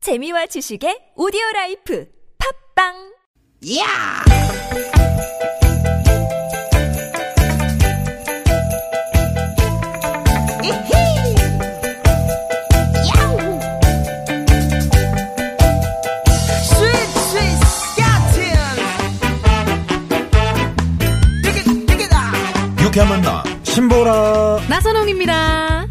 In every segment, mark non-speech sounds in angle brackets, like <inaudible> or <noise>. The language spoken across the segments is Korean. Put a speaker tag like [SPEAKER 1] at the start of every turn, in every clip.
[SPEAKER 1] 재미와 지식의 오디오 라이프 팝빵
[SPEAKER 2] 야! 이히! 야우! 스윗 스윗 스카틴! 띠깃 띠깃아!
[SPEAKER 3] 유쾌한 만남 신보라
[SPEAKER 4] 나선홍입니다.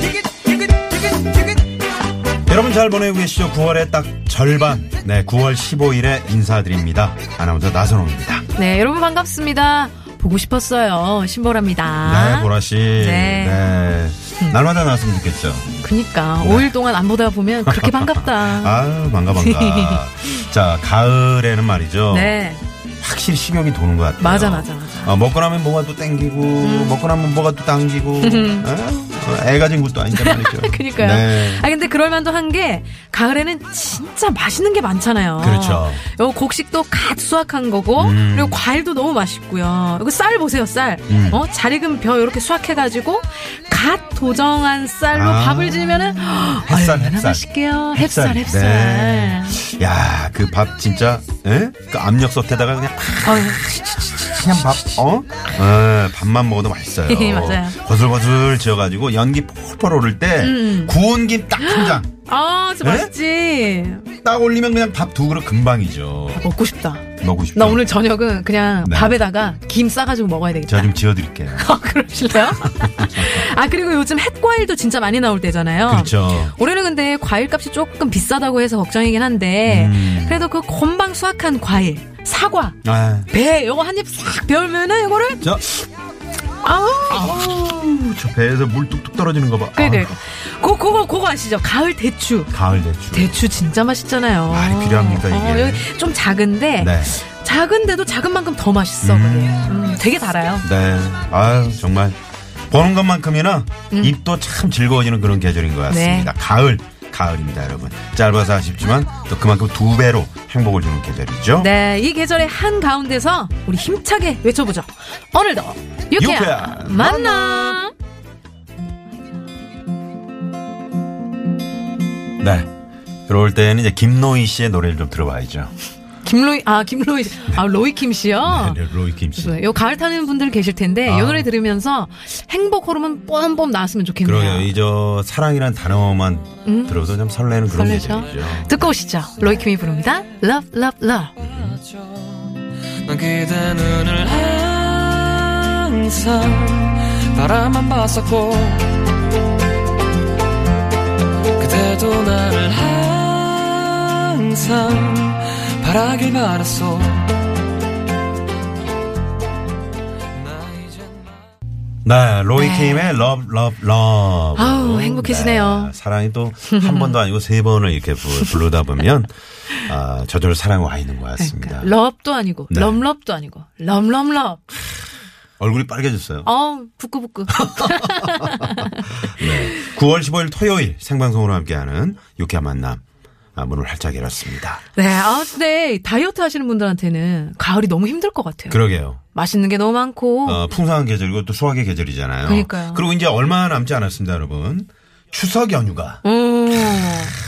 [SPEAKER 2] 띠깃 띠깃 띠깃 띠깃
[SPEAKER 3] 여러분 잘 보내고 계시죠 9월의 딱 절반 네 9월 15일에 인사드립니다 아나운서 나선홍입니다
[SPEAKER 4] 네, 여러분 반갑습니다. 보고 싶었어요. 신보라입니다.
[SPEAKER 3] 네 보라씨
[SPEAKER 4] 네.
[SPEAKER 3] 날마다 나왔으면 좋겠죠
[SPEAKER 4] 그니까 5일 동안 안 보다 보면 그렇게 반갑다.
[SPEAKER 3] 네. <laughs> 아유 반가
[SPEAKER 4] <laughs>
[SPEAKER 3] 반가 자 가을에는 말이죠
[SPEAKER 4] 네,
[SPEAKER 3] 확실히 식욕이 도는 것 같아요
[SPEAKER 4] 맞아, 음. 맞아, 맞아.
[SPEAKER 3] 어, 먹고 나면 뭐가 또 땡기고 먹고 나면 뭐가 또
[SPEAKER 4] <laughs>
[SPEAKER 3] 당기고 어? 어, 애가 진 것도 아닌데 말이죠
[SPEAKER 4] 음. 그니까요.
[SPEAKER 3] 네.
[SPEAKER 4] 아 근데 그럴 만도 한 게 가을에는 진짜 맛있는 게 많잖아요.
[SPEAKER 3] 그렇죠.
[SPEAKER 4] 요 곡식도 갓 수확한 거고
[SPEAKER 3] 음.
[SPEAKER 4] 그리고 과일도 너무 맛있고요. 이거 쌀 보세요, 쌀.
[SPEAKER 3] 음.
[SPEAKER 4] 어, 잘 익은 벼 이렇게 수확해가지고 갓 도정한 쌀로
[SPEAKER 3] 아.
[SPEAKER 4] 밥을 지으면은
[SPEAKER 3] 햇살,
[SPEAKER 4] 얼마나
[SPEAKER 3] 햇살.
[SPEAKER 4] 맛있게요. 햅쌀, 햅쌀.
[SPEAKER 3] 네. 야, 그 밥 진짜, 예? 그 압력솥에다가 그냥
[SPEAKER 4] 어휴,
[SPEAKER 3] 그냥 밥, 어? 어, 밥만 먹어도 맛있어요.
[SPEAKER 4] <laughs> 맞아요.
[SPEAKER 3] 고슬고슬 지어가지고 연기 폴폴 오를 때
[SPEAKER 4] 음.
[SPEAKER 3] 구운 김 딱 한 장
[SPEAKER 4] <gasps>
[SPEAKER 3] 딱
[SPEAKER 4] 아, 진짜
[SPEAKER 3] 네?
[SPEAKER 4] 맛있지.
[SPEAKER 3] 올리면 그냥 밥 두 그릇 금방이죠.
[SPEAKER 4] 아, 먹고 싶다.
[SPEAKER 3] 먹고 싶죠.
[SPEAKER 4] 나 오늘 저녁은 그냥
[SPEAKER 3] 네.
[SPEAKER 4] 밥에다가 김 싸가지고 먹어야 되겠다.
[SPEAKER 3] 제가
[SPEAKER 4] <laughs>
[SPEAKER 3] 좀 지어드릴게요.
[SPEAKER 4] 아, 그러실래요? <laughs> 아, 그리고 요즘 햇과일도 진짜 많이 나올 때잖아요.
[SPEAKER 3] 그렇죠.
[SPEAKER 4] 올해는 근데 과일 값이 조금 비싸다고 해서 걱정이긴 한데,
[SPEAKER 3] 음.
[SPEAKER 4] 그래도 그 건방 수확한 과일, 사과,
[SPEAKER 3] 아,
[SPEAKER 4] 배, 요거 한 입 싹 배우면은 이거를,
[SPEAKER 3] 저,
[SPEAKER 4] 아우!
[SPEAKER 3] 아우, 저 배에서 물 뚝뚝 떨어지는 거 봐.
[SPEAKER 4] 그래, 그래.
[SPEAKER 3] 아,
[SPEAKER 4] 고, 그거, 그거 아시죠? 가을 대추.
[SPEAKER 3] 가을 대추.
[SPEAKER 4] 대추 진짜 맛있잖아요. 어,
[SPEAKER 3] 많이 필요합니다, 이게.
[SPEAKER 4] 여기 좀 작은데,
[SPEAKER 3] 네.
[SPEAKER 4] 작은데도 작은 만큼 더 맛있어, 그게. 음, 되게 달아요.
[SPEAKER 3] 네. 아 정말 보는 것만큼이나
[SPEAKER 4] 음.
[SPEAKER 3] 입도 참 즐거워지는 그런 계절인 것 같습니다.
[SPEAKER 4] 네.
[SPEAKER 3] 가을, 가을입니다, 여러분. 짧아서 아쉽지만 또 그만큼 두 배로 행복을 주는 계절이죠.
[SPEAKER 4] 네, 이 계절의 한 가운데서 우리 힘차게 외쳐보죠. 오늘도 유쾌한
[SPEAKER 3] 유쾌한
[SPEAKER 4] 만남.
[SPEAKER 3] 네. 그럴 때는 이제 김노희 씨의 노래를 좀 들어봐야죠.
[SPEAKER 4] 김로이 아 김로이 아 로이킴 씨요.
[SPEAKER 3] 네, 로이 김 씨.
[SPEAKER 4] 요 가을 타는 분들 계실 텐데
[SPEAKER 3] 아.
[SPEAKER 4] 이 노래 들으면서 행복 호르몬 뽐뽐 나왔으면 좋겠네요.
[SPEAKER 3] 그러게요. 이저 사랑이란 단어만
[SPEAKER 4] 음.
[SPEAKER 3] 들어도 좀 설레는 그런
[SPEAKER 4] 설레죠?
[SPEAKER 3] 계절이죠.
[SPEAKER 4] 듣고 오시죠. 로이킴이 부릅니다. Love, Love, Love.
[SPEAKER 5] 난 그대 눈을 항상 바라만 봤었고 그대도 나를 항상 바라길 바랐어 나 이젠
[SPEAKER 3] 네,
[SPEAKER 5] 나-
[SPEAKER 3] 로이 킴의 러브, 러브, 러브.
[SPEAKER 4] 아우, 행복해지네요.
[SPEAKER 3] 네, 사랑이 또 한 번도 아니고 세 번을 이렇게 부- 부르다 보면 아, 저절로 사랑이 와 있는 것 같습니다.
[SPEAKER 4] 그러니까 러브도 아니고
[SPEAKER 3] 네.
[SPEAKER 4] 럼럽도 아니고 럼럼럽.
[SPEAKER 3] 얼굴이 빨개졌어요.
[SPEAKER 4] 어 부끄부끄.
[SPEAKER 3] <laughs> 9월 15일 토요일 생방송으로 함께하는 유쾌한 만남 아, 문을 활짝 열었습니다.
[SPEAKER 4] 네, 아 근데 다이어트 하시는 분들한테는 가을이 너무 힘들 것 같아요.
[SPEAKER 3] 그러게요.
[SPEAKER 4] 맛있는 게 너무 많고
[SPEAKER 3] 어, 풍성한 계절이고 또 수확의 계절이잖아요.
[SPEAKER 4] 그러니까요.
[SPEAKER 3] 리고 이제 얼마 남지 않았습니다, 여러분. 추석 연휴가
[SPEAKER 4] 음.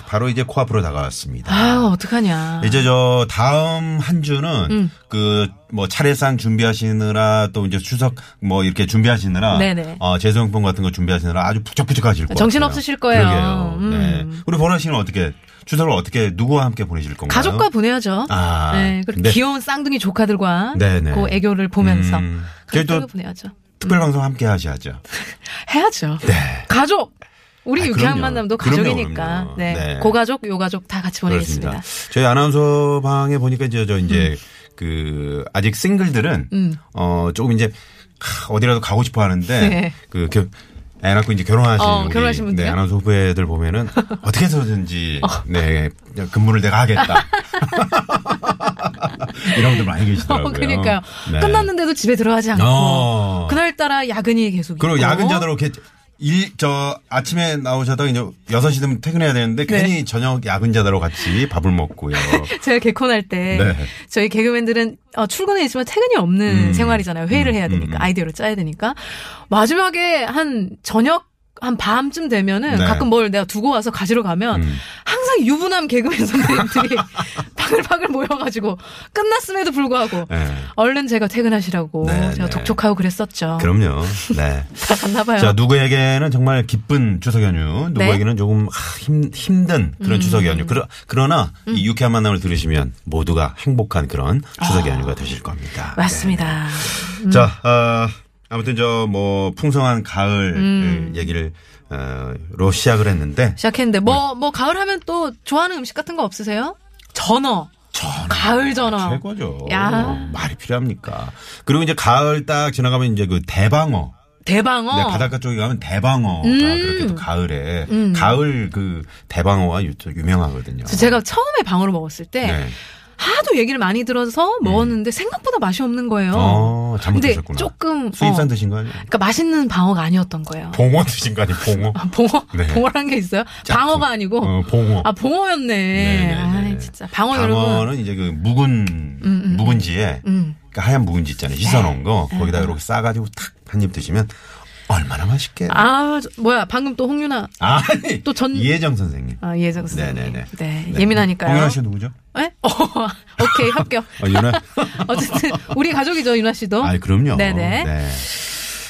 [SPEAKER 3] 바로 이제 코앞으로 다가왔습니다.
[SPEAKER 4] 아, 어떡하냐.
[SPEAKER 3] 이제 저 다음 한 주는 그 뭐 차례상 준비하시느라 또 이제 추석 뭐 이렇게 준비하시느라
[SPEAKER 4] 네네.
[SPEAKER 3] 어 제수용품 같은 거 준비하시느라 아주 북적북적하실 거예요.
[SPEAKER 4] 정신 없으실 거예요.
[SPEAKER 3] 그러게요.
[SPEAKER 4] 음.
[SPEAKER 3] 네. 우리 보라 씨는 어떻게 추석을 어떻게 누구와 함께 보내실 건가요?
[SPEAKER 4] 가족과 보내야죠.
[SPEAKER 3] 아.
[SPEAKER 4] 네, 그리고
[SPEAKER 3] 네.
[SPEAKER 4] 귀여운 쌍둥이 조카들과
[SPEAKER 3] 네네.
[SPEAKER 4] 그 애교를 보면서
[SPEAKER 3] 음. 저희
[SPEAKER 4] 가족과
[SPEAKER 3] 또
[SPEAKER 4] 보내야죠.
[SPEAKER 3] 특별 방송 함께 하셔야죠.
[SPEAKER 4] 음. 해야죠.
[SPEAKER 3] 네.
[SPEAKER 4] 가족. 우리
[SPEAKER 3] 아,
[SPEAKER 4] 유쾌한
[SPEAKER 3] 그럼요.
[SPEAKER 4] 만남도
[SPEAKER 3] 그럼요,
[SPEAKER 4] 가족이니까.
[SPEAKER 3] 그럼요.
[SPEAKER 4] 네.
[SPEAKER 3] 네.
[SPEAKER 4] 고가족, 요가족 다 같이 보내겠습니다. 음.
[SPEAKER 3] 그렇습니다. 저희 아나운서 방에 보니까 이제 저 이제 그 아직 싱글들은 어 조금 이제 하, 어디라도 가고 싶어 하는데
[SPEAKER 4] 네.
[SPEAKER 3] 그 겨, 애 낳고 이제 결혼하신
[SPEAKER 4] 어,
[SPEAKER 3] 우리
[SPEAKER 4] 결혼하신 분들이요?
[SPEAKER 3] 네, 아나운서 후배들
[SPEAKER 4] <laughs>
[SPEAKER 3] 보면은 어떻게 해서든지 네 근무를 내가 하겠다
[SPEAKER 4] <laughs>
[SPEAKER 3] 이런 분들 많이 계시더라고요.
[SPEAKER 4] 어, <laughs> 그러니까요.
[SPEAKER 3] 네.
[SPEAKER 4] 끝났는데도 집에 들어가지 않고.
[SPEAKER 3] 어.
[SPEAKER 4] 그날따라 야근이 계속
[SPEAKER 3] 그리고
[SPEAKER 4] 있고.
[SPEAKER 3] 야근자들 이렇게 일, 저, 아침에 나오셔다가 이제 6시 되면 퇴근해야 되는데
[SPEAKER 4] 네.
[SPEAKER 3] 괜히 저녁 야근자다로 같이 밥을 먹고요.
[SPEAKER 4] <laughs> 제가 개콘할 때
[SPEAKER 3] 네.
[SPEAKER 4] 저희 개그맨들은 어, 출근은 있지만 퇴근이 없는
[SPEAKER 3] 음.
[SPEAKER 4] 생활이잖아요. 회의를
[SPEAKER 3] 음,
[SPEAKER 4] 해야
[SPEAKER 3] 음,
[SPEAKER 4] 되니까
[SPEAKER 3] 음.
[SPEAKER 4] 아이디어를 짜야 되니까 마지막에 한 저녁 한 밤쯤 되면은
[SPEAKER 3] 네.
[SPEAKER 4] 가끔 뭘 내가 두고 와서 가지러 가면
[SPEAKER 3] 음.
[SPEAKER 4] 항상 유부남 개그맨 선배님들이 <laughs> 바글바글 모여가지고 끝났음에도 불구하고
[SPEAKER 3] 네.
[SPEAKER 4] 얼른 제가 퇴근하시라고
[SPEAKER 3] 네,
[SPEAKER 4] 제가
[SPEAKER 3] 네.
[SPEAKER 4] 독촉하고 그랬었죠.
[SPEAKER 3] 그럼요.
[SPEAKER 4] <laughs>
[SPEAKER 3] 네.
[SPEAKER 4] 다 갔나 봐요.
[SPEAKER 3] 자, 누구에게는 정말 기쁜 추석 연휴,
[SPEAKER 4] 네.
[SPEAKER 3] 누구에게는 조금 아, 힘, 힘든 그런
[SPEAKER 4] 음.
[SPEAKER 3] 추석 연휴. 그러, 그러나 이 유쾌한 만남을 들으시면 모두가 행복한 그런 추석 연휴가 되실 겁니다.
[SPEAKER 4] 아. 맞습니다.
[SPEAKER 3] 네. 자, 어, 아무튼 저 뭐 풍성한 가을
[SPEAKER 4] 음.
[SPEAKER 3] 예, 얘기를 어, 로 시작을 했는데
[SPEAKER 4] 시작했는데 뭐
[SPEAKER 3] 네.
[SPEAKER 4] 뭐 가을 하면 또 좋아하는 음식 같은 거 없으세요? 전어.
[SPEAKER 3] 전어.
[SPEAKER 4] 가을 전어.
[SPEAKER 3] 아, 최고죠.
[SPEAKER 4] 야.
[SPEAKER 3] 말이 필요합니까? 그리고 이제 가을 딱 지나가면 이제 그 대방어.
[SPEAKER 4] 대방어. 음.
[SPEAKER 3] 네, 바닷가 쪽에 가면 대방어가 그렇게 또 가을에 가을 그 대방어가 유- 유명하거든요.
[SPEAKER 4] 그래서 음. 제가 처음에 방어를 먹었을 때
[SPEAKER 3] 네.
[SPEAKER 4] 하도 얘기를 많이 들어서 먹었는데 생각보다 맛이 없는 거예요.
[SPEAKER 3] 어, 잘못
[SPEAKER 4] 근데
[SPEAKER 3] 드셨구나.
[SPEAKER 4] 조금
[SPEAKER 3] 수입산
[SPEAKER 4] 어,
[SPEAKER 3] 드신 거 아니에요?
[SPEAKER 4] 그러니까 맛있는 방어가 아니었던 거예요.
[SPEAKER 3] 봉어 드신 거 아니에요? 봉어.
[SPEAKER 4] <laughs> 아, 봉어
[SPEAKER 3] 네.
[SPEAKER 4] 봉어란 게 있어요? 방어가 아니고
[SPEAKER 3] 어, 봉어.
[SPEAKER 4] 아 봉어였네.
[SPEAKER 3] 네네네.
[SPEAKER 4] 아 진짜 방어 여러분.
[SPEAKER 3] <laughs> 방어는 이제 그 묵은 묵은지에
[SPEAKER 4] 음. 네.
[SPEAKER 3] 그 하얀 묵은지 있잖아요. 씻어놓은 거 거기다 이렇게 싸가지고 탁 한 입 드시면 얼마나 맛있게. 아.
[SPEAKER 4] 아 저- 뭐야 방금 또 홍윤아
[SPEAKER 3] 아니
[SPEAKER 4] 또 전-
[SPEAKER 3] 이해정 선생님.
[SPEAKER 4] 아, 예정 선생님.
[SPEAKER 3] 네네네.
[SPEAKER 4] 네, 예민하니까요.
[SPEAKER 3] 홍연아 씨 누구죠?
[SPEAKER 4] 예? 어, <laughs> 오케이 합격.
[SPEAKER 3] <laughs> 아,
[SPEAKER 4] <laughs>
[SPEAKER 3] 유나.
[SPEAKER 4] 어쨌든 우리 가족이죠 윤아 씨도.
[SPEAKER 3] 아, 그럼요.
[SPEAKER 4] 네네.
[SPEAKER 3] 네.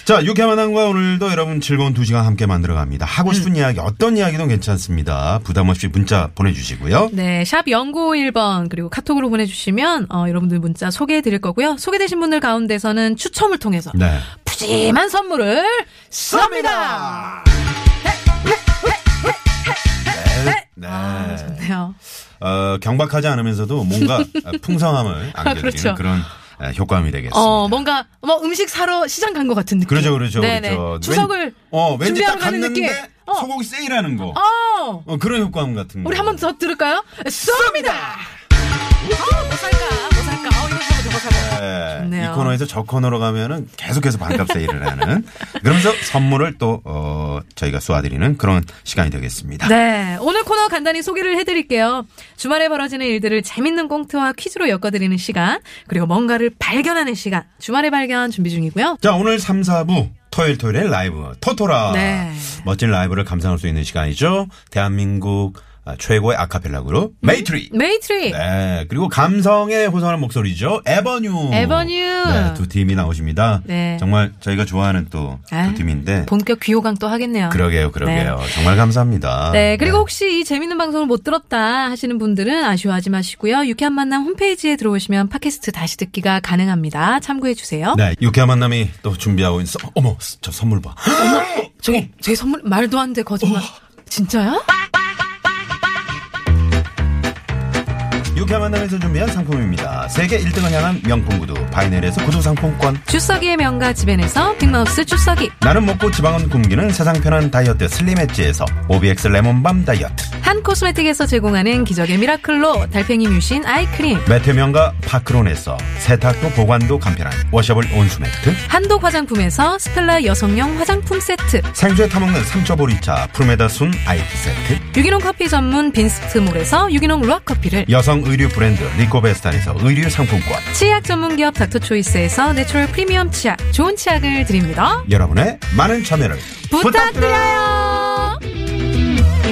[SPEAKER 3] 자, 유쾌만한과 오늘도 여러분 즐거운 두 시간 함께 만들어 갑니다.
[SPEAKER 4] 음.
[SPEAKER 3] 하고 싶은 이야기, 어떤 이야기든 괜찮습니다. 부담 없이 문자 보내주시고요.
[SPEAKER 4] 네, 샵 0951번 그리고 카톡으로 보내주시면 어, 여러분들 문자 소개해 드릴 거고요. 소개되신 분들 가운데서는 추첨을 통해서
[SPEAKER 3] 네.
[SPEAKER 4] 푸짐한 선물을 쏩니다.
[SPEAKER 3] 네.
[SPEAKER 4] 아, 좋네요.
[SPEAKER 3] 어, 경박하지 않으면서도
[SPEAKER 4] <laughs>
[SPEAKER 3] 뭔가 풍성함을 안겨드리는
[SPEAKER 4] 그렇죠.
[SPEAKER 3] 그런 효과음이 되겠습니다.
[SPEAKER 4] 어, 뭔가 뭐 음식 사러 시장 간 것 같은 느낌.
[SPEAKER 3] 그러죠, 그렇죠.
[SPEAKER 4] 네네.
[SPEAKER 3] 그렇죠.
[SPEAKER 4] 추석을
[SPEAKER 3] 왠- 어, 왠지 딱
[SPEAKER 4] 준비하러 가는
[SPEAKER 3] 갔는데
[SPEAKER 4] 느낌. 어.
[SPEAKER 3] 소고기 세일하는 거.
[SPEAKER 4] 어,
[SPEAKER 3] 어, 그런 효과음 같은 거.
[SPEAKER 4] 우리 한 번 더 들을까요? 쏩니다. 어, 뭐 살까? 뭐 살까? 어, 이거 사고 저거 사고.
[SPEAKER 3] 네,
[SPEAKER 4] 좋네요.
[SPEAKER 3] 이 코너에서 저 코너로 가면은 계속해서 반값 세일을 하는 그러면서 선물을 또 어, 저희가 쏘아드리는 그런 시간이 되겠습니다.
[SPEAKER 4] 네. 오늘 코너 간단히 소개를 해드릴게요. 주말에 벌어지는 일들을 재밌는 꽁트와 퀴즈로 엮어드리는 시간, 그리고 뭔가를 발견하는 시간, 주말에 발견 준비 중이고요.
[SPEAKER 3] 자 오늘 3, 4부 토요일 토요일에 라이브 토토라
[SPEAKER 4] 네.
[SPEAKER 3] 멋진 라이브를 감상할 수 있는 시간이죠. 대한민국 아, 최고의 아카펠라 그룹 메이트리.
[SPEAKER 4] 음. 메이트리!
[SPEAKER 3] 네 그리고 감성에 호소하는 목소리죠 에버뉴.
[SPEAKER 4] 에버뉴.
[SPEAKER 3] 네두 팀이 나오십니다.
[SPEAKER 4] 네.
[SPEAKER 3] 정말 저희가 좋아하는 또
[SPEAKER 4] 아유,
[SPEAKER 3] 두 팀인데
[SPEAKER 4] 본격 귀호강 또 하겠네요.
[SPEAKER 3] 그러게요 그러게요 아, 정말 감사합니다.
[SPEAKER 4] 네, 그리고 혹시 이 재밌는 방송을 못 들었다 하시는 분들은 아쉬워하지 마시고요. 유쾌한 만남 홈페이지에 들어오시면 팟캐스트 다시 듣기가 가능합니다. 참고해주세요.
[SPEAKER 3] 네, 유쾌한 만남이 또 준비하고 있어. 어머, 저 선물 봐. <gasps>
[SPEAKER 4] 저기, 제 선물, 말도 안 돼,
[SPEAKER 3] 어.
[SPEAKER 4] 거짓말. 진짜야?
[SPEAKER 3] 유쾌한 만남에서 준비한 상품입니다. 세계 1등을 향한 명품 구두, 바이넬에서 구두 상품권.
[SPEAKER 4] 주석이의 명가 집엔에서 빅마우스 주석이.
[SPEAKER 3] 나는 먹고 지방은 굶기는 세상 편한 다이어트 슬림 엣지에서 오비엑스 레몬밤 다이어트.
[SPEAKER 4] 한 코스메틱에서 제공하는 기적의 미라클로 달팽이 뮤신 아이크림
[SPEAKER 3] 매트명가 파크론에서 세탁도 보관도 간편한 워셔블 온수 매트.
[SPEAKER 4] 한독 화장품에서 스펠라 여성용 화장품 세트
[SPEAKER 3] 생수에 타먹는 삼초보리차 프르메다순 아이티 세트.
[SPEAKER 4] 유기농 커피 전문 빈스트몰에서 유기농 루아커피를
[SPEAKER 3] 여성 의류 브랜드 리코베스탄에서 의류 상품권.
[SPEAKER 4] 치약 전문기업 닥터초이스에서 내추럴 프리미엄 치약 좋은 치약을 드립니다
[SPEAKER 3] 여러분의 많은 참여를 부탁드려요.
[SPEAKER 4] 부탁드려요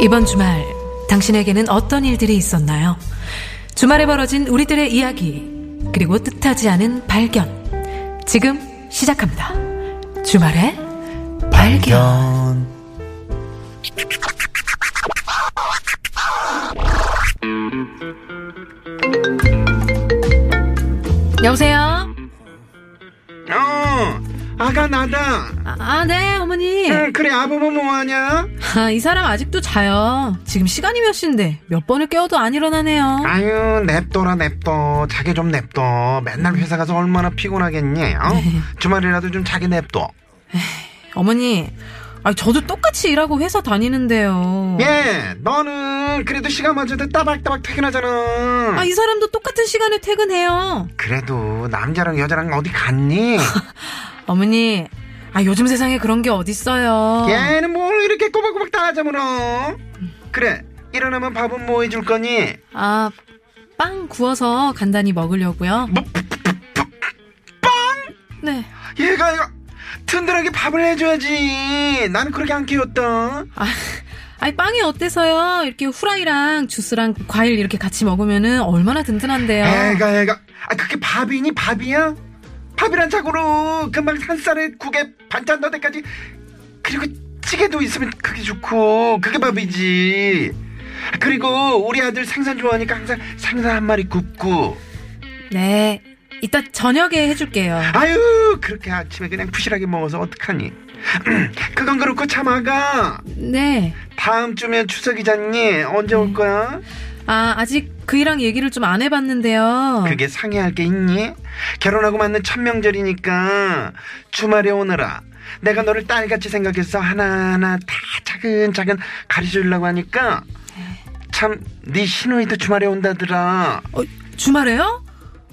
[SPEAKER 4] 이번 주말 당신에게는 어떤 일들이 있었나요? 주말에 벌어진 우리들의 이야기 그리고 뜻하지 않은 발견 지금 시작합니다. 주말에 발견. 여보세요.
[SPEAKER 3] 어,
[SPEAKER 2] 아가 나다.
[SPEAKER 4] 아, 아, 네, 어머니.
[SPEAKER 2] 응, 그래 아부모 뭐하냐?
[SPEAKER 4] 아, 이 사람 아직도 자요. 지금 시간이 몇 시인데 몇 번을 깨워도 안 일어나네요.
[SPEAKER 2] 아유 냅둬라 냅둬 자기 좀 냅둬 맨날 회사 가서 얼마나 피곤하겠니 어?
[SPEAKER 4] 네.
[SPEAKER 2] 주말이라도 좀 자기 냅둬
[SPEAKER 4] 어. 어머니, 아, 저도 똑같이 일하고 회사 다니는데요.
[SPEAKER 2] 예 너는 그래도 시간 맞아도 따박따박 퇴근하잖아
[SPEAKER 4] 아, 이 사람도 똑같은 시간에 퇴근해요.
[SPEAKER 2] 그래도 남자랑 여자랑
[SPEAKER 4] <laughs>
[SPEAKER 2] 어디 갔니
[SPEAKER 4] 어머니, 아, 요즘 세상에 그런 게 어딨어요.
[SPEAKER 2] 얘는 뭘 이렇게 꼬박꼬박 따져물어 그래 일어나면 밥은 뭐 해줄 거니
[SPEAKER 4] 아, 빵 구워서 간단히 먹으려고요.
[SPEAKER 2] 뭐,
[SPEAKER 4] 네.
[SPEAKER 2] 얘가 이거 든든하게 밥을 해줘야지 나는 그렇게 안 키웠다
[SPEAKER 4] 아, 아니, 빵이 어때서요? 이렇게 후라이랑 주스랑 과일 이렇게 같이 먹으면은 얼마나 든든한데요.
[SPEAKER 2] 애가 애가 아 그게 밥이니 밥이야? 밥이란 자고로 금방 산쌀에 국에 반찬 넣을 때까지 그리고 찌개도 있으면 그게 좋고 그게 밥이지 그리고 우리 아들 생선 좋아하니까 항상 생선 한 마리 굽고
[SPEAKER 4] 네. 이따 저녁에 해줄게요.
[SPEAKER 2] 아유 그렇게 아침에 그냥 부실하게 먹어서 어떡하니 <clears throat> 그건 그렇고 참아가
[SPEAKER 4] 네.
[SPEAKER 2] 다음 주면 추석이잖니 언제 올 거야?
[SPEAKER 4] 아, 아직 그이랑 얘기를 좀 안 해봤는데요.
[SPEAKER 2] 그게 상의할 게 있니? 결혼하고 맞는 천명절이니까 주말에 오느라 내가 너를 딸같이 생각해서 하나하나 다 차근차근 가르쳐주려고 하니까 참 네 시누이도 주말에 온다더라
[SPEAKER 4] 어, 주말에요?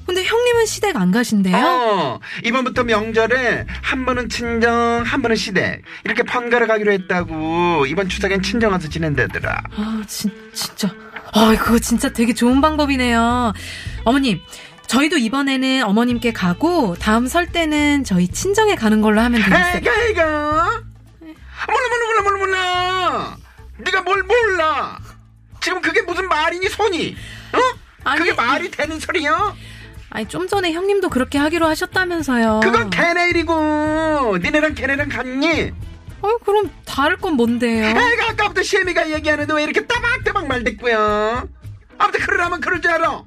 [SPEAKER 4] 근데 형님은 시댁 안 가신대요?
[SPEAKER 2] 어 이번부터 명절에 한 번은 친정 한 번은 시댁 이렇게 번갈아 가기로 했다고 이번 추석엔 친정 와서 지낸다더라
[SPEAKER 4] 아, 진, 진짜. 아, 그거 진짜 되게 좋은 방법이네요. 어머님, 저희도 이번에는 어머님께 가고, 다음 설 때는 저희 친정에 가는 걸로 하면
[SPEAKER 2] 아,
[SPEAKER 4] 되겠어요.
[SPEAKER 2] 애가 애가 몰라 몰라 몰라 몰라 몰라 네가 뭘 몰라 지금 그게 무슨 말이니 손이 어?
[SPEAKER 4] 아니.
[SPEAKER 2] 그게 말이 되는 소리야?
[SPEAKER 4] 아니, 좀 전에 형님도 그렇게 하기로 하셨다면서요.
[SPEAKER 2] 그건 걔네 일이고 니네랑 걔네랑 갔니?
[SPEAKER 4] 어, 그럼 다를 건 뭔데요?
[SPEAKER 2] 애가 아까부터 시애미가 얘기하는데 왜 이렇게 따박따박 말대꾸야 아무튼 그러라면 그럴 줄 알아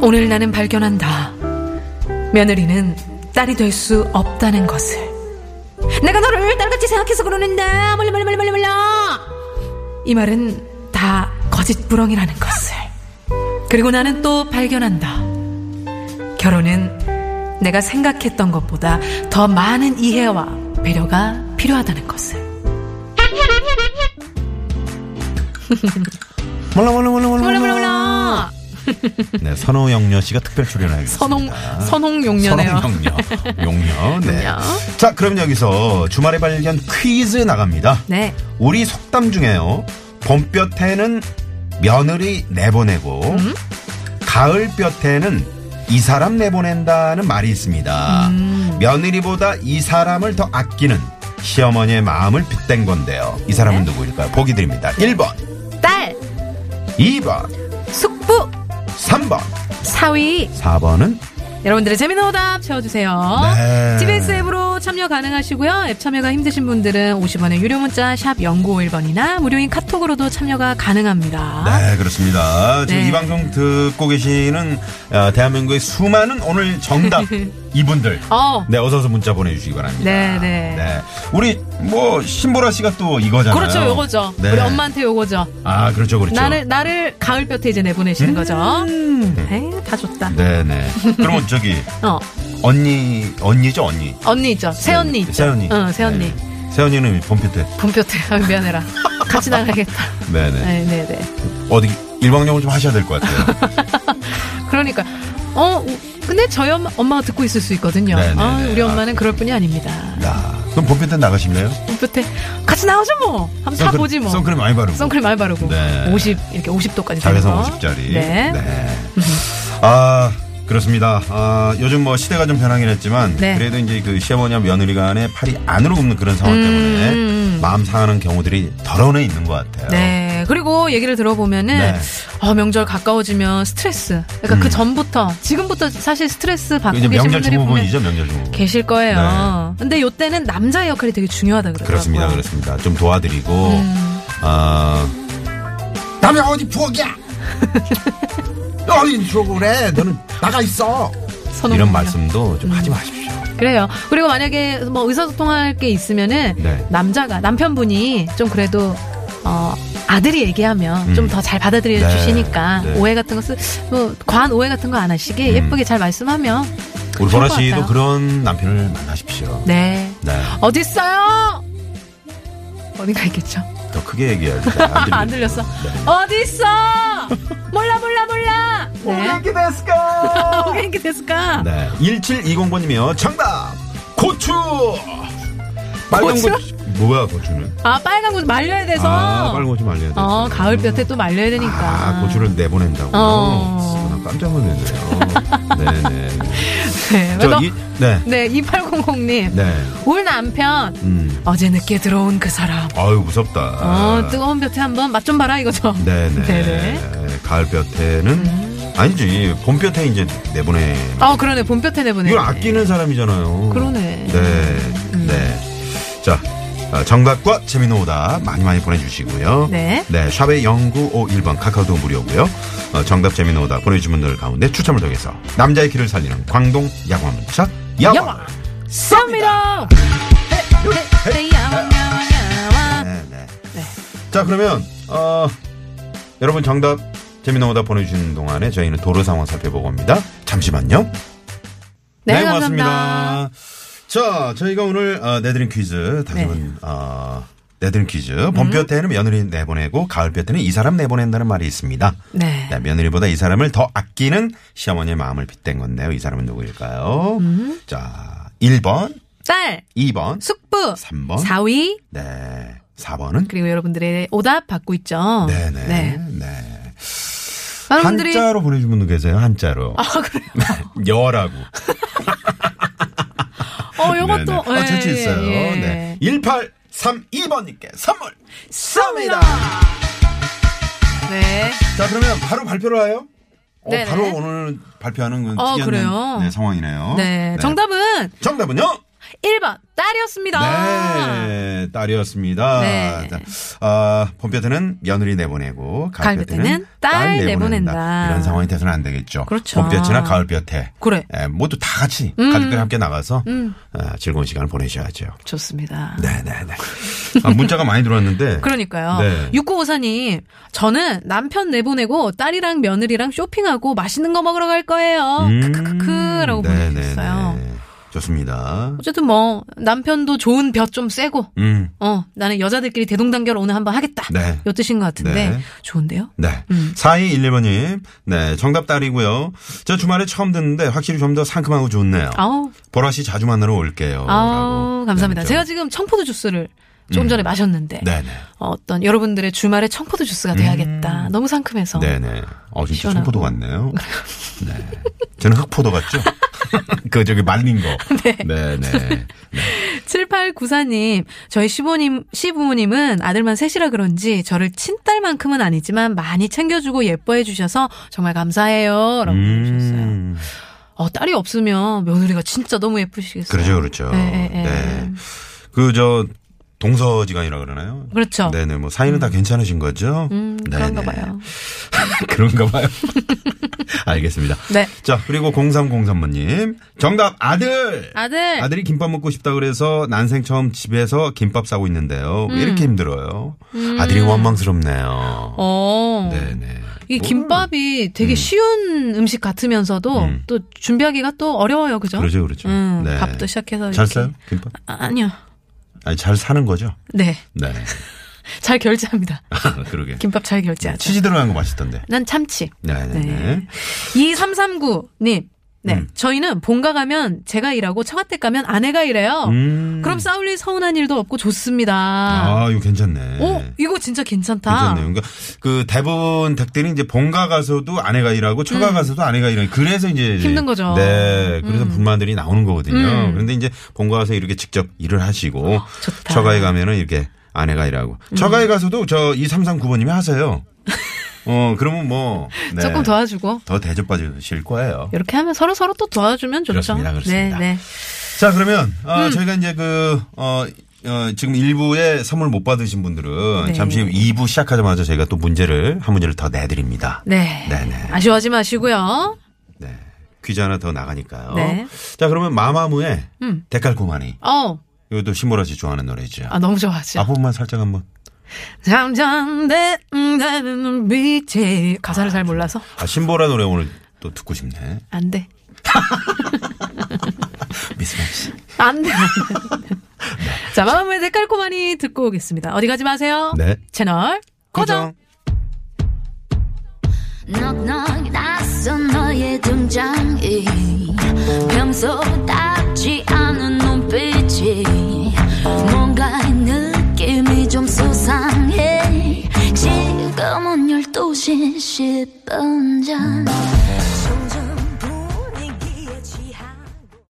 [SPEAKER 4] 오늘 나는 발견한다. 며느리는 딸이 될 수 없다는 것을. 내가 너를 딸같이 생각해서 그러는데, 몰라, 몰라, 몰라, 몰라, 몰라. 이 말은 다 거짓부렁이라는 것을. 그리고 나는 또 발견한다. 결혼은 내가 생각했던 것보다 더 많은 이해와 배려가 필요하다는 것을.
[SPEAKER 3] 몰라 몰라 몰라 몰라
[SPEAKER 4] 몰라, 몰라, 몰라.
[SPEAKER 3] 네, 선호영녀 씨가 특별 출연하겠습니다.
[SPEAKER 4] 아, 선홍, 선홍용녀네요.
[SPEAKER 3] 선홍영녀.
[SPEAKER 4] <laughs>
[SPEAKER 3] 용녀. 네.
[SPEAKER 4] 용녀.
[SPEAKER 3] 자, 그럼 여기서 주말에 발견 퀴즈 나갑니다.
[SPEAKER 4] 네.
[SPEAKER 3] 우리 속담 중에요. 봄볕에는 며느리 내보내고
[SPEAKER 4] 음.
[SPEAKER 3] 가을볕에는 이 사람 내보낸다는 말이 있습니다.
[SPEAKER 4] 음.
[SPEAKER 3] 며느리보다 이 사람을 더 아끼는 시어머니의 마음을 빗댄 건데요. 이 사람은
[SPEAKER 4] 네.
[SPEAKER 3] 누구일까요? 보기 드립니다. 1번,
[SPEAKER 4] 딸,
[SPEAKER 3] 2번,
[SPEAKER 4] 숙부,
[SPEAKER 3] 3번,
[SPEAKER 4] 사위,
[SPEAKER 3] 4번은
[SPEAKER 4] 여러분들의 재미난 오답 채워주세요.
[SPEAKER 3] 네.
[SPEAKER 4] TBS 앱으로 참여 가능하시고요. 앱 참여가 힘드신 분들은 50원의 유료 문자 샵 0951번이나 무료인 카톡으로도 참여가 가능합니다.
[SPEAKER 3] 네, 그렇습니다. 지금
[SPEAKER 4] 아. 네.
[SPEAKER 3] 이 방송 듣고 계시는 어, 대한민국의 수많은 오늘
[SPEAKER 4] <laughs>
[SPEAKER 3] 정답 이분들.
[SPEAKER 4] 어.
[SPEAKER 3] 네, 어서서 문자 보내주시기 바랍니다.
[SPEAKER 4] 네, 네.
[SPEAKER 3] 우리 뭐 신보라 씨가 또 이거잖아요.
[SPEAKER 4] 그렇죠, 요거죠.
[SPEAKER 3] 네.
[SPEAKER 4] 우리 엄마한테 요거죠.
[SPEAKER 3] 아, 그렇죠, 그렇죠.
[SPEAKER 4] 나를, 나를 가을볕에 이제 내보내시는 거죠. 에이, 다 좋다.
[SPEAKER 3] 음. 네, 네. 그러면 저기
[SPEAKER 4] 어,
[SPEAKER 3] 언니, 언니죠, 언니. 네,
[SPEAKER 4] 언니 있죠. 새언니 있죠.
[SPEAKER 3] 새언니.
[SPEAKER 4] 어, 새언니.
[SPEAKER 3] 네. 새언니는 봄볕에.
[SPEAKER 4] 봄볕에. <laughs> 아, 미안해라. 같이 나가겠다.
[SPEAKER 3] 네, 네.
[SPEAKER 4] 네, 네, 네.
[SPEAKER 3] 어디 일방적으로 좀 하셔야 될 것
[SPEAKER 4] <laughs>
[SPEAKER 3] 같아요.
[SPEAKER 4] 그러니까 어 우- 근데 저희 엄마, 엄마가 듣고 있을 수 있거든요.
[SPEAKER 3] 네네네.
[SPEAKER 4] 아, 우리
[SPEAKER 3] 아,
[SPEAKER 4] 엄마는 그럴 뿐이 아닙니다.
[SPEAKER 3] 야, 그럼 봄볕에 나가실래요?
[SPEAKER 4] 끝에 같이 나오죠 뭐. 한번 다
[SPEAKER 3] 선크림-
[SPEAKER 4] 보지 뭐.
[SPEAKER 3] 선크림 많이 바르고.
[SPEAKER 4] 선크림 많이 바르고
[SPEAKER 3] 네.
[SPEAKER 4] 50 이렇게 50도까지
[SPEAKER 3] 자외선 50짜리.
[SPEAKER 4] 네.
[SPEAKER 3] 아 그렇습니다. 아, 요즘 뭐 시대가 좀 변하긴 했지만
[SPEAKER 4] 네.
[SPEAKER 3] 그래도 이제 그 시어머니와 며느리 간의 팔이 안으로 굽는 그런 상황 때문에
[SPEAKER 4] 음, 음.
[SPEAKER 3] 마음 상하는 경우들이 덜어내 있는 것 같아요.
[SPEAKER 4] 네. 그리고 얘기를 들어보면은
[SPEAKER 3] 네. 음.
[SPEAKER 4] 어, 명절 가까워지면 스트레스. 그러니까 그 전부터 지금부터 사실 스트레스 받고
[SPEAKER 3] 이제
[SPEAKER 4] 계신
[SPEAKER 3] 명절
[SPEAKER 4] 분들이 보면
[SPEAKER 3] 증후군이죠, 명절 증후군.
[SPEAKER 4] 계실 거예요. 근데 요때는 남자의 역할이 되게 중요하다 그러더라고요.
[SPEAKER 3] 그렇습니다, 그렇습니다. 좀 도와드리고,
[SPEAKER 4] 음.
[SPEAKER 3] 아,
[SPEAKER 6] 남이
[SPEAKER 4] <laughs>
[SPEAKER 6] 어디 부엌이야? 어디 부엌을 해? 너는 나가 있어.
[SPEAKER 4] 선호
[SPEAKER 3] 이런 말씀도
[SPEAKER 4] 음.
[SPEAKER 3] 좀 하지 마십시오.
[SPEAKER 4] 그래요. 그리고 만약에 뭐 의사소통할 게 있으면은
[SPEAKER 3] 네.
[SPEAKER 4] 남자가 남편분이 좀 그래도 어 아들이 얘기하면
[SPEAKER 3] 음.
[SPEAKER 4] 좀 더 잘 받아들여
[SPEAKER 3] 네,
[SPEAKER 4] 주시니까
[SPEAKER 3] 네.
[SPEAKER 4] 오해 같은 거뭐 과한 오해 같은 거 안 하시게
[SPEAKER 3] 음.
[SPEAKER 4] 예쁘게 잘 말씀하면
[SPEAKER 3] 우리
[SPEAKER 4] 좋을
[SPEAKER 3] 보라
[SPEAKER 4] 것
[SPEAKER 3] 씨도
[SPEAKER 4] 같아요.
[SPEAKER 3] 그런 남편을 만나십시오.
[SPEAKER 4] 네
[SPEAKER 3] 네.
[SPEAKER 4] 어디 있어요? 어딘가 있겠죠.
[SPEAKER 3] 더 크게
[SPEAKER 4] <laughs>
[SPEAKER 3] 얘기해야지. 안, 네.
[SPEAKER 4] 안 들렸어. 어디 있어? 몰라 몰라 몰라. 네. 어,
[SPEAKER 2] 오겐키 데스까
[SPEAKER 4] 오게 됐을까?
[SPEAKER 3] 네. 1720번님이요. 정답! 고추! 빨간
[SPEAKER 4] 고추?
[SPEAKER 3] 고추. 뭐야, 고추는?
[SPEAKER 4] 아 빨간 고추 말려야 돼서.
[SPEAKER 3] 아, 빨간 고추 말려야 돼.
[SPEAKER 4] 어 가을볕에 또 말려야 되니까.
[SPEAKER 3] 아, 고추를 내보낸다고.
[SPEAKER 4] 어.
[SPEAKER 3] 나 깜짝
[SPEAKER 4] <laughs>
[SPEAKER 3] 놀랐네요. 네네.
[SPEAKER 4] 네. 왜
[SPEAKER 3] 저
[SPEAKER 4] 너-
[SPEAKER 3] 이, 네.
[SPEAKER 4] 네, 2800님.
[SPEAKER 3] 네.
[SPEAKER 4] 울 남편.
[SPEAKER 3] 음.
[SPEAKER 4] 어제 늦게 들어온 그 사람.
[SPEAKER 3] 아유, 무섭다.
[SPEAKER 4] 어, 뜨거운 볕에 한번 맛 좀 봐라 이거죠.
[SPEAKER 3] 네네.
[SPEAKER 4] 네네. 음.
[SPEAKER 3] 가을 볕에는 아니지. 봄 볕에 이제 내보내.
[SPEAKER 4] 아, 그러네. 봄볕에 내보내.
[SPEAKER 3] 이걸 아끼는 사람이잖아요.
[SPEAKER 4] 그러네.
[SPEAKER 3] 네. 네. 자, 어, 정답과 재미있는 오답 많이 많이 보내주시고요.
[SPEAKER 4] 네.
[SPEAKER 3] 샵의 0951번 카카오도 무료고요. 어, 정답 재미있는 오답 보내주신 분들 가운데 추첨을 통해서 남자의 길을 살리는 광동 야광 문자 야광.
[SPEAKER 4] 야왕. 쏩니다. 네, 야왕, 야왕, 야왕.
[SPEAKER 3] 네, 네.
[SPEAKER 4] 네.
[SPEAKER 3] 자, 그러면, 어, 여러분 정답 재미있는 오답 보내주시는 동안에 저희는 도로 상황 살펴보고 옵니다. 잠시만요.
[SPEAKER 4] 네, 감사합니다.
[SPEAKER 3] 고맙습니다. 자, 저희가 오늘 어, 내드린 퀴즈 다시
[SPEAKER 4] 네.
[SPEAKER 3] 한번 어, 내드린 퀴즈. 봄볕 때는 며느리 내보내고 가을볕 때는 이 사람 내보낸다는 말이 있습니다.
[SPEAKER 4] 네.
[SPEAKER 3] 네, 며느리보다 이 사람을 더 아끼는 시어머니의 마음을 빗댄 건데요. 이 사람은 누구일까요?
[SPEAKER 4] 음.
[SPEAKER 3] 자, 1번,
[SPEAKER 4] 딸,
[SPEAKER 3] 2번,
[SPEAKER 4] 숙부,
[SPEAKER 3] 삼 번.
[SPEAKER 4] 4위,
[SPEAKER 3] 네, 4번은
[SPEAKER 4] 그리고 여러분들의 오답 받고 있죠.
[SPEAKER 3] 네네. 네.
[SPEAKER 4] 네. 여러분들이
[SPEAKER 3] 한자로 보내주신 분도 계세요. 한자로. 네,
[SPEAKER 4] 아,
[SPEAKER 3] <laughs>
[SPEAKER 4] 그래요.
[SPEAKER 3] 여라고.
[SPEAKER 4] 어,
[SPEAKER 3] 네네.
[SPEAKER 4] 요것도
[SPEAKER 3] 어,
[SPEAKER 4] 예,
[SPEAKER 3] 재치 있어요.
[SPEAKER 4] 예.
[SPEAKER 3] 네. 1832번님께 선물 쏩니다.
[SPEAKER 4] 네.
[SPEAKER 3] 자, 그러면 바로 발표를 해요? 어,
[SPEAKER 4] 네네.
[SPEAKER 3] 바로 오늘 발표하는 건
[SPEAKER 4] 어,
[SPEAKER 3] 특이한
[SPEAKER 4] 그래요?
[SPEAKER 3] 네, 상황이네요.
[SPEAKER 4] 네. 정답은
[SPEAKER 3] 정답은요?
[SPEAKER 4] 1번 딸이었습니다.
[SPEAKER 3] 네, 딸이었습니다.
[SPEAKER 4] 네.
[SPEAKER 3] 자, 아, 봄볕에는 며느리 내보내고 가을볕에는
[SPEAKER 4] 가을볕에는 딸 내보낸다.
[SPEAKER 3] 이런 상황이 돼서는 안 되겠죠.
[SPEAKER 4] 그렇죠.
[SPEAKER 3] 봄볕이나 가을볕에
[SPEAKER 4] 그래. 음.
[SPEAKER 3] 예, 모두 다 같이 가족들 함께 나가서 아, 즐거운 시간을 보내셔야죠.
[SPEAKER 4] 좋습니다.
[SPEAKER 3] 네네네. 아, 문자가 많이 들어왔는데.
[SPEAKER 4] <laughs> 그러니까요.
[SPEAKER 3] 네.
[SPEAKER 4] 6954님, 저는 남편 내보내고 딸이랑 며느리랑 쇼핑하고 맛있는 거 먹으러 갈 거예요. 크크크크. 라고
[SPEAKER 3] 음. 네네네.
[SPEAKER 4] 보내주셨어요.
[SPEAKER 3] 좋습니다.
[SPEAKER 4] 어쨌든 뭐, 남편도 좋은 볕 좀 쐬고,
[SPEAKER 3] 음.
[SPEAKER 4] 어, 나는 여자들끼리 대동단결 오늘 한번 하겠다.
[SPEAKER 3] 네.
[SPEAKER 4] 요 뜻인 것 같은데,
[SPEAKER 3] 네.
[SPEAKER 4] 좋은데요?
[SPEAKER 3] 네.
[SPEAKER 4] 음.
[SPEAKER 3] 4211번님. 네. 정답 딸이고요. 저 주말에 처음 듣는데 확실히 좀 더 상큼하고 좋네요.
[SPEAKER 4] 아우,
[SPEAKER 3] 보라 씨 자주 만나러 올게요.
[SPEAKER 4] 아우,
[SPEAKER 3] 라고.
[SPEAKER 4] 감사합니다.
[SPEAKER 3] 네,
[SPEAKER 4] 제가 지금 청포도 주스를 조금 전에 마셨는데,
[SPEAKER 3] 네네.
[SPEAKER 4] 어떤 여러분들의 주말에 청포도 주스가 돼야겠다. 너무
[SPEAKER 3] 음.
[SPEAKER 4] 상큼해서.
[SPEAKER 3] 네네. 어, 진짜
[SPEAKER 4] 시원하고.
[SPEAKER 3] 청포도 같네요. 네. 저는 흑포도
[SPEAKER 4] <laughs>
[SPEAKER 3] 같죠? 그, 저기 말린 거. 네.
[SPEAKER 4] <laughs>
[SPEAKER 3] 네네.
[SPEAKER 4] 7894님, 저희 시부모님, 시부모님은 아들만 셋이라 그런지 저를 친딸만큼은 아니지만 많이 챙겨주고 예뻐해 주셔서 정말 감사해요. 라고 보내주셨어요.
[SPEAKER 3] 음.
[SPEAKER 4] 어, 딸이 없으면 며느리가 진짜 너무 예쁘시겠어요.
[SPEAKER 3] 그렇죠, 그렇죠.
[SPEAKER 4] 네,
[SPEAKER 3] 네.
[SPEAKER 4] 네, 네.
[SPEAKER 3] 그, 저, 동서지간이라 그러나요?
[SPEAKER 4] 그렇죠.
[SPEAKER 3] 네네, 네, 뭐, 사이는 다 괜찮으신 거죠? 아,
[SPEAKER 4] 음, 그런가 봐요.
[SPEAKER 3] 그런가
[SPEAKER 4] <laughs>
[SPEAKER 3] 봐요. 알겠습니다.
[SPEAKER 4] 네.
[SPEAKER 3] 자, 그리고 0303번님. 정답, 아들!
[SPEAKER 4] 아들!
[SPEAKER 3] 아들이 김밥 먹고 싶다 그래서 난생 처음 집에서 김밥 싸고 있는데요. 왜 이렇게 힘들어요? 아들이 원망스럽네요.
[SPEAKER 4] 음. 어.
[SPEAKER 3] 네네.
[SPEAKER 4] 이 김밥이 되게 쉬운 음식 같으면서도
[SPEAKER 3] 음.
[SPEAKER 4] 또 준비하기가 또 어려워요. 그죠?
[SPEAKER 3] 그렇죠, 그렇죠.
[SPEAKER 4] 음,
[SPEAKER 3] 네.
[SPEAKER 4] 밥도 시작해서.
[SPEAKER 3] 잘
[SPEAKER 4] 이렇게.
[SPEAKER 3] 싸요? 김밥?
[SPEAKER 4] 아, 아니요.
[SPEAKER 3] 아니, 잘 사는 거죠?
[SPEAKER 4] 네. <laughs>
[SPEAKER 3] 네. 아,
[SPEAKER 4] 잘 결제합니다.
[SPEAKER 3] 그러게.
[SPEAKER 4] 김밥 잘 결제하죠.
[SPEAKER 3] 치즈 들어간 거 맛있던데.
[SPEAKER 4] 난 참치.
[SPEAKER 3] 네네네.
[SPEAKER 4] 네. 2339님. 네.
[SPEAKER 3] 음.
[SPEAKER 4] 저희는 본가 가면 제가 일하고 청와댁 가면 아내가 일해요.
[SPEAKER 3] 음.
[SPEAKER 4] 그럼 싸울 일 서운한 일도 없고 좋습니다.
[SPEAKER 3] 아, 이거 괜찮네.
[SPEAKER 4] 오, 이거 진짜 괜찮다.
[SPEAKER 3] 괜찮네요. 그러니까 그 대부분 댁들이 이제 본가 가서도 아내가 일하고 처가 가서도 아내가 일하고 그래서 이제
[SPEAKER 4] 음. 힘든 거죠.
[SPEAKER 3] 네, 그래서 불만들이 나오는 거거든요.
[SPEAKER 4] 음. 어,
[SPEAKER 3] 그런데 이제 본가 가서 이렇게 직접 일을 하시고
[SPEAKER 4] 좋다. 음.
[SPEAKER 3] 처가에 가면은 이렇게 아내가 일하고 처가에 가서도 저 2339번님이
[SPEAKER 4] <laughs>
[SPEAKER 3] 하세요. 어, 그러면 뭐 네,
[SPEAKER 4] 조금 도와주고.
[SPEAKER 3] 더 대접 받으실 거예요.
[SPEAKER 4] 이렇게 하면 서로 서로 또 도와주면 좋죠.
[SPEAKER 3] 그렇습니다, 그렇습니다.
[SPEAKER 4] 네, 네.
[SPEAKER 3] 자, 그러면 어,
[SPEAKER 4] 음.
[SPEAKER 3] 저희가 이제 그 어, 어, 지금 1부에 선물 못 받으신 분들은
[SPEAKER 4] 네.
[SPEAKER 3] 잠시 후 2부 시작하자마자 저희가 또 문제를 한 문제를 더 내드립니다.
[SPEAKER 4] 네.
[SPEAKER 3] 네네.
[SPEAKER 4] 아쉬워하지 마시고요.
[SPEAKER 3] 네. 퀴즈 하나 더 나가니까요.
[SPEAKER 4] 네.
[SPEAKER 3] 자, 그러면 마마무의
[SPEAKER 4] 음.
[SPEAKER 3] 데칼코마니.
[SPEAKER 4] 어,
[SPEAKER 3] 이것도 신보라 씨 좋아하는 노래죠.
[SPEAKER 4] 아, 너무 좋아하죠.
[SPEAKER 3] 앞부분만 살짝 한번.
[SPEAKER 4] 잠잠대는 빛에 가사를 잘 몰라서
[SPEAKER 3] 아, 신보라 노래 오늘 또 듣고 싶네.
[SPEAKER 4] 안 돼.
[SPEAKER 3] 미스매치.
[SPEAKER 4] 안 돼. <laughs> 자, 마음의 데칼코마니 듣고 오겠습니다. 어디 가지 마세요.
[SPEAKER 3] 네.
[SPEAKER 4] 채널 고정.
[SPEAKER 6] 넉넉 낯선 너의 등장이 평소 닿지 않은 눈빛이 뭔가 느낌이 좀 수상해 지금은 12시 10분 전